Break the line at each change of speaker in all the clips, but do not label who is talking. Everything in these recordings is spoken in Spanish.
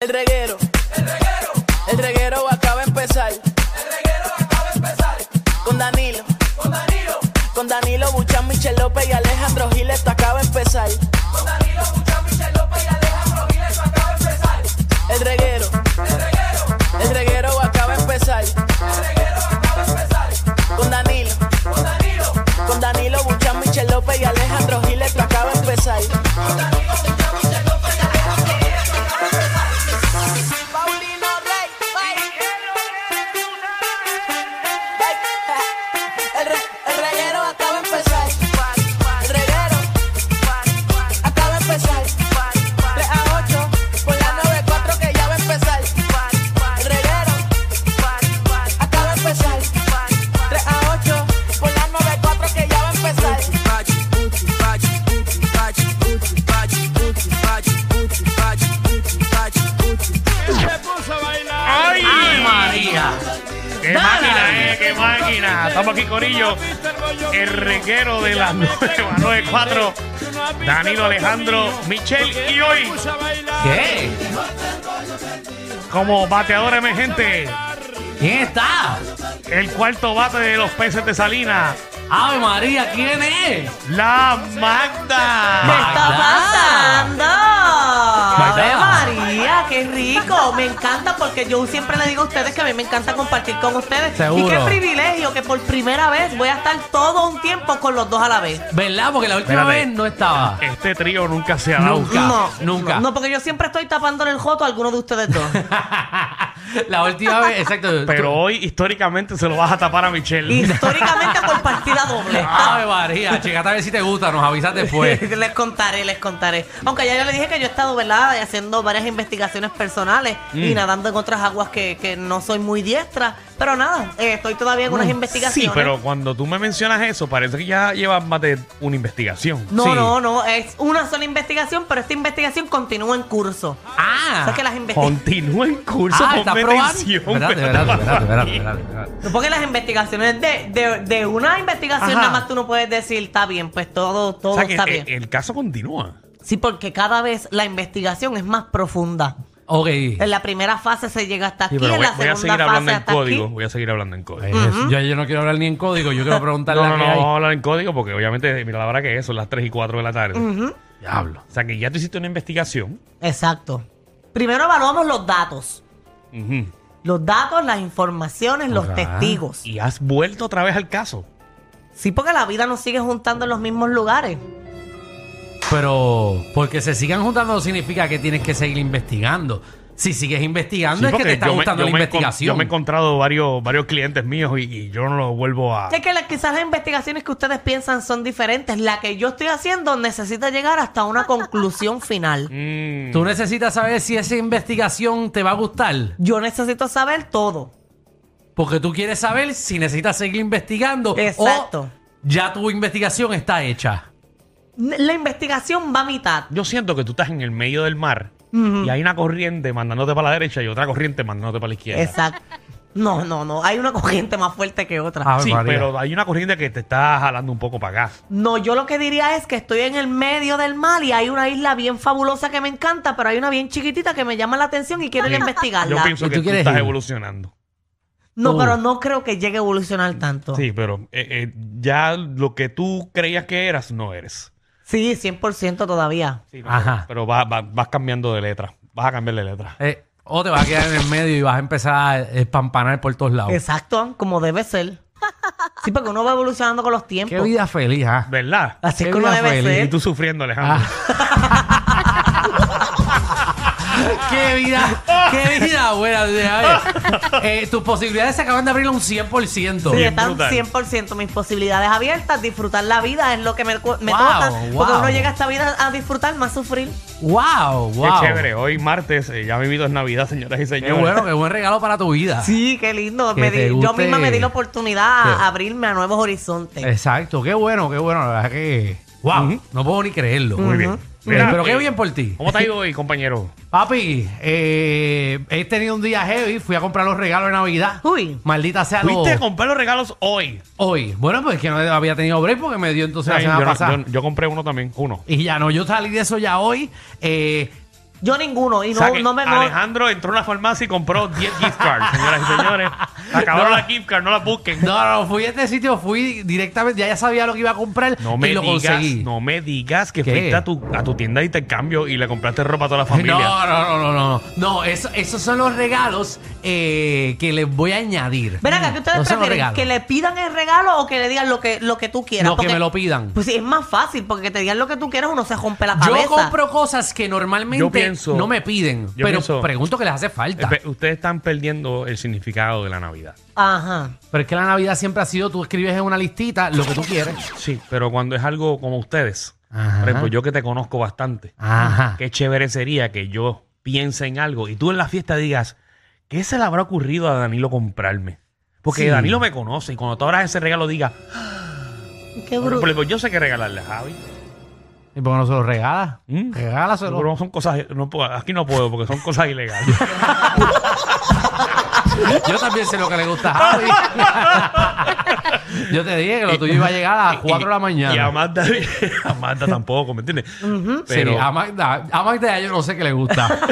El reguero. El reguero. El reguero acaba de empezar. El reguero acaba de empezar. Con Danilo. Con Danilo. Con Danilo Buchan, Michel López y Alejandro Gil, esto acaba de empezar. Con Danilo Buchan, Michel López y Alejandro Gil, esto acaba de empezar. El reguero. El reguero. El reguero acaba de empezar. El reguero acaba de empezar. Con Danilo. Con Danilo. Con Danilo Buchan, Michel López y Alejandro Gil, esto acaba de empezar. Paulino Rey. El, re- el reguero acaba de empezar. El reguero acaba de empezar. 3 a 8 por la 94 que ya va a empezar. El reguero acaba de empezar. 3 a 8 por la 94 que ya va a empezar.
Me puso a bailar.
¡Ay!
¡Ay, María!
¡Qué máquina, eh! ¡Qué máquina! Estamos aquí, Corillo. El reguero de las 994. Danilo Alejandro Michel y hoy,
¿Qué?
como bateador emergente,
¿Quién está?
el cuarto bate de los peces de Salina,
¡Ay, María! ¿Quién es?
la Magda.
está pasando? Ave María, qué rico. Me encanta porque yo siempre le digo a ustedes que a mí me encanta compartir con ustedes.
Seguro.
Y qué privilegio que por primera vez voy a estar todo un tiempo con los dos a la vez.
¿Verdad? Porque la última
Espérate.
vez no estaba.
Este trío nunca se ha dado.
Nunca,
no,
Ah.
nunca.
No, porque yo siempre estoy tapándole el joto a alguno de ustedes dos.
la última vez, exacto.
Pero
Tú-
hoy, históricamente, se lo vas a tapar a Michelle.
Históricamente por partida doble.
Ah,
¡Ave María! Checate a ver si te gusta, nos avisas después.
pues.
les contaré, les contaré. Aunque ya yo le dije que yo he estado, ¿verdad? Haciendo varias investigaciones personales
Mm.
y nadando en otras aguas que, que no soy muy diestra. Pero nada, eh, estoy todavía en unas
Mm. Sí,
investigaciones.
pero cuando tú me mencionas eso, parece que ya llevas más de una investigación.
No,
Sí.
no, no, es una sola investigación, pero esta investigación continúa en curso. O sea
¡Ah!
que las investigaciones...
Continúa en curso,
¡Ah,
con
está probando! Espérate, espérate, espérate, espérate, espérate.
Porque las investigaciones de, de, de una investigación
Ajá.
nada más tú no puedes decir, está bien, pues todo, todo
O sea que eh,
está
el,
bien.
el caso continúa.
Sí, porque cada vez la investigación es más profunda.
Ok.
En la primera fase se llega hasta aquí,
Sí, pero
en
voy,
la
voy a
segunda
seguir
fase
hablando en
hasta aquí.
código. Voy a seguir hablando en código.
Pues, yo, yo no quiero hablar ni en código, yo quiero preguntarle
No, no,
a
no,
qué hay.
vamos a hablar en código porque obviamente, mira la hora que es, son las 3 y 4 de la tarde.
Diablo.
O sea que ya tú hiciste una investigación.
Exacto. Primero evaluamos los datos.
Ujú.
Los datos, las informaciones, los
Ajá.
testigos.
Ah, Y has vuelto otra vez al caso.
Sí, porque la vida nos sigue juntando en los mismos lugares.
Pero porque se sigan juntando no significa que tienes que seguir investigando. Si sigues investigando es que te está
yo me-
gustando
yo
la
me encon-
investigación.
yo me he encontrado varios, varios clientes míos y, y yo no los vuelvo a.
Es que la- quizás las investigaciones que ustedes piensan son diferentes. La que yo estoy haciendo necesita llegar hasta una conclusión final.
Mm.
Tú necesitas saber si esa investigación te va a gustar.
Yo necesito saber todo.
Porque tú quieres saber si necesitas seguir investigando.
Exacto.
O ya tu investigación está hecha.
N- La investigación va a mitad.
Yo siento que tú estás en el medio del mar y hay una corriente mandándote para la derecha y otra corriente mandándote para la izquierda.
Exacto. No, no, no. Hay una corriente más fuerte que otra.
Ave
Sí,
Ah, María.
pero hay una corriente que te está jalando un poco para acá.
No, yo lo que diría es que estoy en el medio del mar y hay una isla bien fabulosa que me encanta, pero hay una bien chiquitita que me llama la atención y quiero ir a investigarla.
Yo pienso
¿Y
que
tú
tú
quieres
estás
ir?
evolucionando.
No,
Oh.
pero no creo que llegue a evolucionar tanto. Sí,
Sí, pero eh, eh, ya lo que tú creías que eras, no eres.
100% todavía.
Sí,
no, Ajá.
Pero va- va- vas cambiando de letra. Vas a cambiar de letra.
Eh, o te vas a quedar en el medio y vas a empezar a espampanar por todos lados.
Exacto, como debe ser. Sí, porque uno va evolucionando con los
Qué
tiempos.
vida feliz, ¿ah?
¿Verdad?
Así
qué
que uno
vida
debe
feliz.
Y
ser.
tú sufriendo, Alejandro.
Ah, ¡Qué vida! ¡Qué vida buena! A ver, eh, tus posibilidades se acaban de abrir a un 100%.
Sí,
Bien
están
brutal.
100% mis posibilidades abiertas. Disfrutar la vida es lo que me, cu- me
Wow,
toca. Porque
wow.
uno llega a esta vida a disfrutar, más sufrir.
¡Wow!
Qué
¡Wow!
chévere. Hoy martes, eh, ya vivido es Navidad, señoras y
Qué
señores.
bueno, qué buen regalo para tu vida.
Sí, qué lindo.
Ah. Que
Me
te
di- yo
guste- Eh.
misma me di la oportunidad
Sí.
a abrirme a nuevos horizontes.
Exacto, qué bueno, qué bueno. La verdad que. ¡Wow! No puedo ni creerlo.
Muy bien. Mira,
pero
eh,
qué bien por ti.
¿Cómo te ha ido hoy, compañero?
Papi, eh, he tenido un día heavy. Fui a comprar los regalos de Navidad.
Uy.
Maldita sea lo
Fuiste a comprar los regalos hoy.
hoy. Bueno, pues es que no había tenido break porque me dio entonces la
Ay,
semana
yo, no-
pasada.
yo- yo compré uno también. Uno.
Y ya no, yo salí de eso ya hoy. Eh,
Yo ninguno. Y
O sea
no,
que
no me. no-
Alejandro entró a una farmacia y compró 10 gift cards, señoras y señores. Acabaron las gift cards, no las busquen.
No, no, fui a este sitio, fui directamente, ya, ya sabía lo que iba a comprar
No
y
me
lo
digas,
conseguí.
no me digas que
¿Qué?
fuiste a tu, a tu tienda de intercambio y le compraste ropa a toda la familia.
No, no, no, no, no. No, eso- esos son los regalos eh, que les voy a añadir.
Ven
Mm.
acá, ¿qué ustedes
No son los
prefieren?
regalos.
¿Que le pidan el regalo o que le digan lo que, lo que tú quieras?
No, que me lo pidan.
Pues sí, es más fácil, porque que te digan lo que tú quieras uno se rompe la
Yo
cabeza.
compro cosas que normalmente
Yo pienso-
no me piden,
yo
pero
pienso-
pregunto que les hace
Eh,
falta.
pe- Ustedes están perdiendo el significado de la Navidad.
Ajá.
Pero es que la Navidad siempre ha sido, tú escribes en una listita lo que tú quieres.
Sí, pero cuando es algo como ustedes,
Ajá.
por ejemplo, yo que te conozco bastante,
Ajá.
qué chévere sería que yo piense en algo y tú en la fiesta digas, ¿qué se le habrá ocurrido a Danilo comprarme? Porque
Sí.
Danilo me conoce y cuando tú abras ese regalo diga,
Qué
por
bruto.
ejemplo, yo sé qué regalarle a Javi.
¿Y por qué no se lo regala?
¿Mm?
Regálaselo.
Pero no son cosas, no puedo- aquí no puedo porque son cosas ilegales.
Yo también sé lo que le gusta a Javi. Yo te dije que lo tuyo iba a llegar a las 4 de la mañana.
Y a Magda, a Magda tampoco, ¿me entiendes? Pero
sí, a Magda, a Magda yo no sé qué le gusta. yo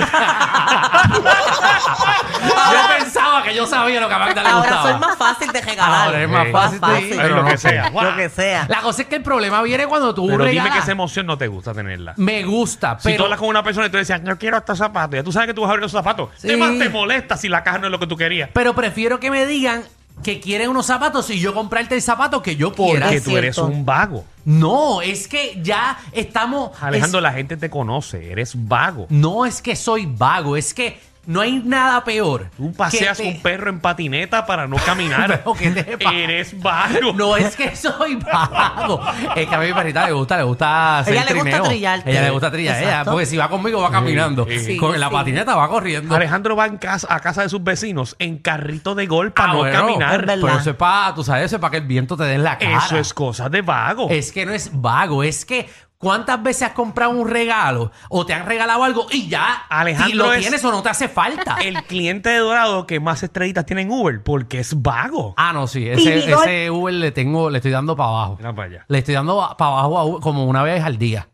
pensaba que yo sabía lo que a Magda le
Ahora
gustaba.
soy más fácil de regalar.
Ahora es
Sí.
más fácil.
Más
sí,
fácil.
pero
lo
no.
que sea.
Lo que sea.
La cosa es que el problema viene cuando tú
Pero dime
regalas.
que esa emoción no te gusta tenerla.
Me gusta,
si tú
pero
hablas con una persona y tú decías, no quiero estos zapatos, ya tú sabes que tú vas a abrir los zapatos.
Sí.
Te, más te molesta si la caja no es lo que tú querías.
pero prefiero que me digan que quieren unos zapatos y yo comprarte el zapato que yo quiera.
Porque
es
tú eres
cierto.
un vago.
No, es que ya estamos
Alejandro,
es-
la gente te conoce, eres vago.
No es que soy vago, es que no hay nada peor.
Tú paseas
que te-
un perro en patineta para no caminar.
Pero, ¿qué te pasa?
Eres vago.
No es que soy vago. Es que a mi perrita le gusta, le gusta hacer
Ella le gusta
trineo.
trillarte.
Ella le gusta trillar, ella,
Exacto.
porque si va conmigo va caminando.
sí.
Sí,
Con la
sí.
patineta va corriendo.
Alejandro va en casa, a casa de sus vecinos en carrito de gol para
Ah,
no
bueno,
caminar.
verdad.
Pero eso es para, tú sabes, eso es para que el viento te dé en la cara.
Eso es cosa de vago.
Es que no es vago, es que ¿cuántas veces has comprado un regalo o te han regalado algo y ya
Alejandro
si lo
es-
tienes o no te hace falta?
El cliente de Dorado que más estrellitas tiene en Uber porque es vago.
Ah, no, sí, ese,
Pibigol.
ese Uber le tengo, le estoy dando para abajo.
Mira para allá.
Le estoy dando para abajo a Uber como una vez al día.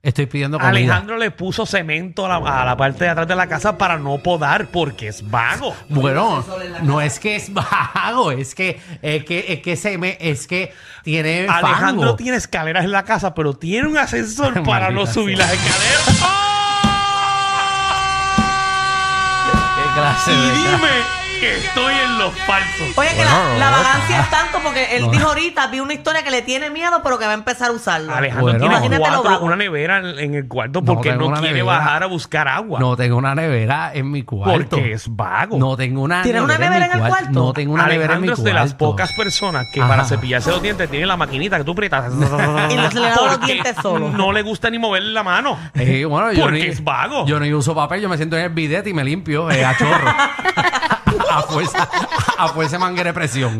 Estoy pidiendo comida.
Alejandro le puso cemento a la, a la parte de atrás de la casa para no podar porque es vago.
Bueno, no es que es vago, es que es que es que se me es que tiene
Alejandro
fango.
tiene escaleras en la casa, pero tiene un ascensor para no
Maldita
subir
sea.
las escaleras.
¿Qué clase
Y
de
dime que estoy en los falsos.
Oye, que
Bueno,
la, la
no,
vagancia es tanto porque él
No.
dijo ahorita, vi una historia que le tiene miedo, pero que va a empezar a usarlo.
Alejandro
Bueno.
tiene
Imagínate lo
cuatro,
vago.
una nevera en, en el cuarto
No,
porque
tengo
no,
una
quiere
nevera.
bajar a buscar agua.
No tengo una nevera en mi cuarto.
porque es vago.
No tengo una
¿Tienes una nevera en el
mi
cuarto?
No tengo una nevera en mi
Alejandro
cuarto.
es de las pocas personas que
Ajá.
para cepillarse los dientes tiene la maquinita que tú aprietas.
Y no se le lava los
Porque
dientes solo.
No le gusta ni mover la mano.
Eh, bueno, yo
Porque
ni-
es vago.
Yo no uso papel, yo me siento en el bidet y me limpio eh, a chorro. a fuerza a fuerza de manguera de presión.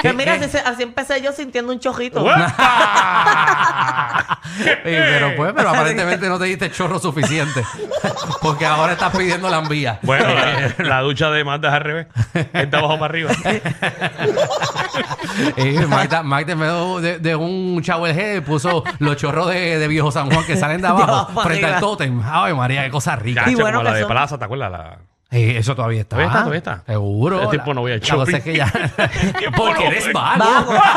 Que mira,
Eh,
así, se- así empecé yo sintiendo un chorrito.
¡Uepa!
eh, pero pues, pero aparentemente no te diste chorro suficiente. Porque ahora estás pidiendo la envía.
Bueno, la, la ducha de Magda es al revés. Está abajo para arriba.
Eh, Magda, Magda en medio de, de un shower head puso los chorros de, de viejo San Juan que salen de
De
abajo
abajo
frente
arriba.
al tótem. Ay, María, qué cosa rica.
Chacho,
bueno
como la
que
de
son.
Plaza, ¿te acuerdas? La...
Eh, eso todavía está.
Todavía está, todavía está.
Seguro.
Ese tipo no voy al
La cosa
shopping.
es que ya.
tipo
Porque
no
eres
voy?
vago.
Vago.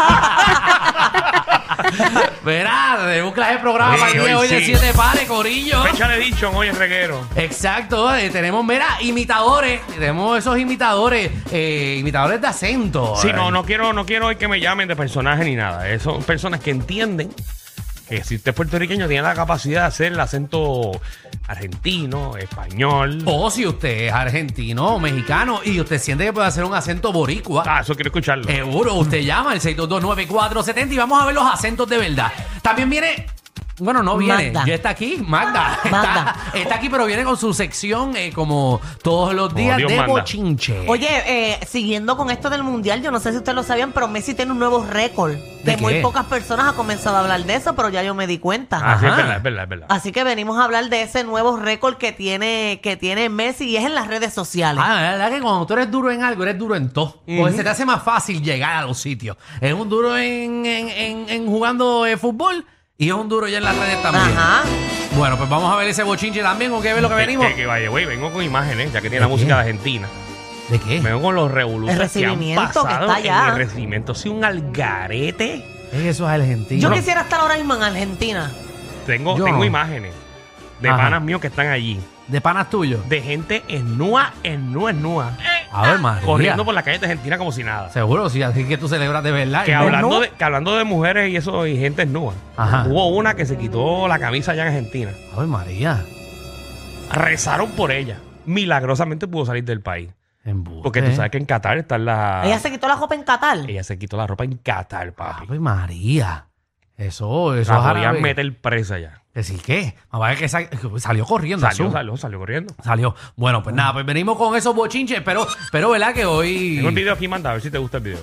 Verá, de un clase de programa
Sí,
para el día de
hoy
hoy de
sí.
siete pares, corillo.
Fecha de dicho, hoy es reguero.
Exacto, eh, tenemos, mira, imitadores, tenemos esos imitadores, eh, imitadores de acento.
Sí, no, no quiero, no quiero hoy que me llamen de personaje ni nada. Eh, Son personas que entienden que si usted es puertorriqueño, tiene la capacidad de hacer el acento argentino, español.
O Oh, si usted es argentino o mexicano y usted siente que puede hacer un acento boricua,
Ah, eso quiero escucharlo.
Seguro, usted llama al 6229470 y vamos a ver los acentos de verdad. También viene, bueno, no viene,
Magda.
ya está aquí, Magda.
Magda.
Está, está aquí, pero viene con su sección eh, como todos los días
Dios
de
manda.
bochinche.
Oye, eh, siguiendo con esto del mundial, yo no sé si ustedes lo sabían, pero Messi tiene un nuevo récord.
¿De
De,
qué?
muy pocas personas ha comenzado a hablar de eso, pero ya yo me di cuenta.
ah, sí, es
ajá.
verdad, es verdad, es verdad.
Así que venimos a hablar de ese nuevo récord que tiene, que tiene Messi y es en las redes sociales.
Ah, la verdad que cuando tú eres duro en algo, eres duro en todo. Porque se te hace más fácil llegar a los sitios. Es un duro en, en- en- en jugando eh, fútbol y es un duro ya en las redes también.
Ajá.
Bueno, pues vamos a ver ese bochinche también, ¿con qué ver lo que
Que-
venimos?
Que, que, by the way, vengo con imágenes, ya que tiene la
¿De
música de
qué?
Argentina.
¿De qué?
Vengo con los revolucionarios que han
recibimiento que
pasado
está allá.
en el recibimiento. Sí, un algarete.
Es eso es argentino.
Yo quisiera estar ahora mismo en Argentina.
Tengo,
Yo
tengo
no.
imágenes de
Ajá.
panas míos que están allí.
De panas tuyos.
De gente en nua, en nua, en nua.
A ver, María.
corriendo por la calle de Argentina como si nada.
Seguro, sí, así que tú celebras de verdad.
Que
¿no?
hablando,
¿No?
de, que hablando de mujeres y eso y gente desnuda,
Ajá.
hubo una que se quitó la camisa allá en Argentina.
A ver, María.
Rezaron por ella. Milagrosamente pudo salir del país.
Embuste.
Porque tú sabes que en Qatar están
Ah.
las...
Ella se quitó la ropa en Qatar.
Ella se quitó la ropa en Qatar, papi.
Ave María. Eso, eso
la
es
podían
árabe.
meter presa ya.
Decir qué. Más vale que sa- que salió corriendo.
Salió,
azul.
salió, salió corriendo.
Salió. Bueno, pues
Ah.
nada, pues venimos con esos bochinches, pero, pero ¿verdad que
Tengo el
hoy.
video aquí mandado, a ver si te gusta el video.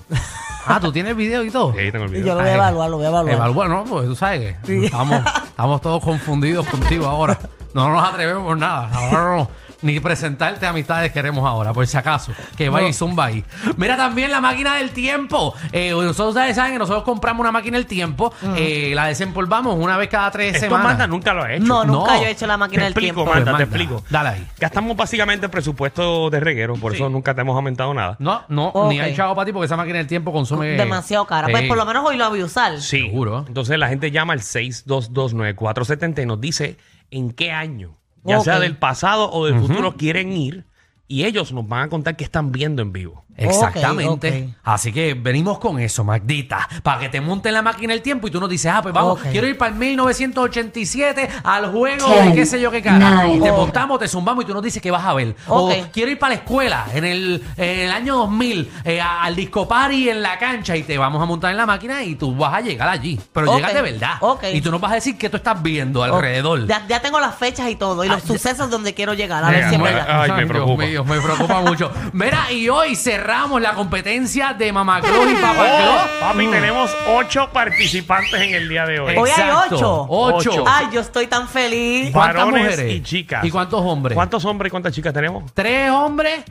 Ah, tú tienes video y todo.
Sí, ahí tengo el
Y
video.
yo lo voy a
Ay.
evaluar, lo voy a evaluar.
Evalúa, no, pues tú sabes que
Sí.
estamos, estamos todos confundidos contigo ahora. No nos atrevemos por nada. Ahora no- ni presentarte amistades queremos ahora, por si acaso. Que vaya y zumba ahí. Mira también la máquina del tiempo. Eh, nosotros ustedes saben que nosotros compramos una máquina del tiempo,
Mm.
eh, la desempolvamos una vez cada tres
Esto
semanas.
Manda nunca lo ha hecho.
No, nunca
No.
yo he hecho la
Te
máquina del
explico,
tiempo.
Pues
Manda, te
manda.
explico.
Dale ahí.
Gastamos básicamente el presupuesto de reguero, por eso nunca te hemos aumentado nada.
No, no,
Ok.
ni hay chavo para ti porque esa máquina del tiempo consume.
Demasiado cara. Pues
Sí.
por lo menos hoy lo voy a usar.
Sí.
Seguro.
Entonces la gente llama al 6229470 y nos dice en qué año, ya
Ok.
sea del pasado o del futuro, quieren ir y ellos nos van a contar qué están viendo en vivo.
Exactamente.
Ok, ok.
Así que venimos con eso, Magdita, para que te monten la máquina el tiempo y tú nos dices, ah, pues vamos,
Ok.
quiero ir para el 1987 al juego de
Ten,
qué sé yo qué cara.
nine.
Te
Ok.
montamos, te zumbamos y tú nos dices que vas a ver.
Ok.
O quiero ir para la escuela en el, en el año 2000 eh, a- al disco party en la cancha y te vamos a montar en la máquina y tú vas a llegar allí. Pero
Ok.
llegas de verdad.
Ok.
Y tú nos vas a decir qué tú estás viendo
Ok.
alrededor.
Ya, ya tengo las fechas y todo, y los
Ah, ya-
sucesos donde quiero llegar. A ver
Mira,
si es
bueno,
verdad.
ah, Ay, me
Dios
preocupa.
mío, me preocupa mucho. Mira, y hoy cerramos la competencia de Mamacruz y Mm. Papacruz.
Oh, Papi, tenemos ocho participantes en el día de hoy.
Hoy hay
Exacto.
ocho.
Ocho.
Ay, yo estoy tan feliz.
Cuatro
¿Cuántas
varones
mujeres?
y chicas.
¿Y cuántos hombres?
¿Cuántos hombres y cuántas chicas tenemos?
Tres hombres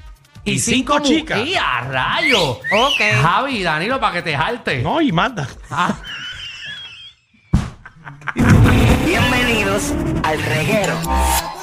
y,
Y cinco
cinco, mu-
chicas.
¡Y a rayo!
Ok.
Javi, Danilo, para que te jalte.
No, y manda.
Ah,
Bienvenidos al reguero.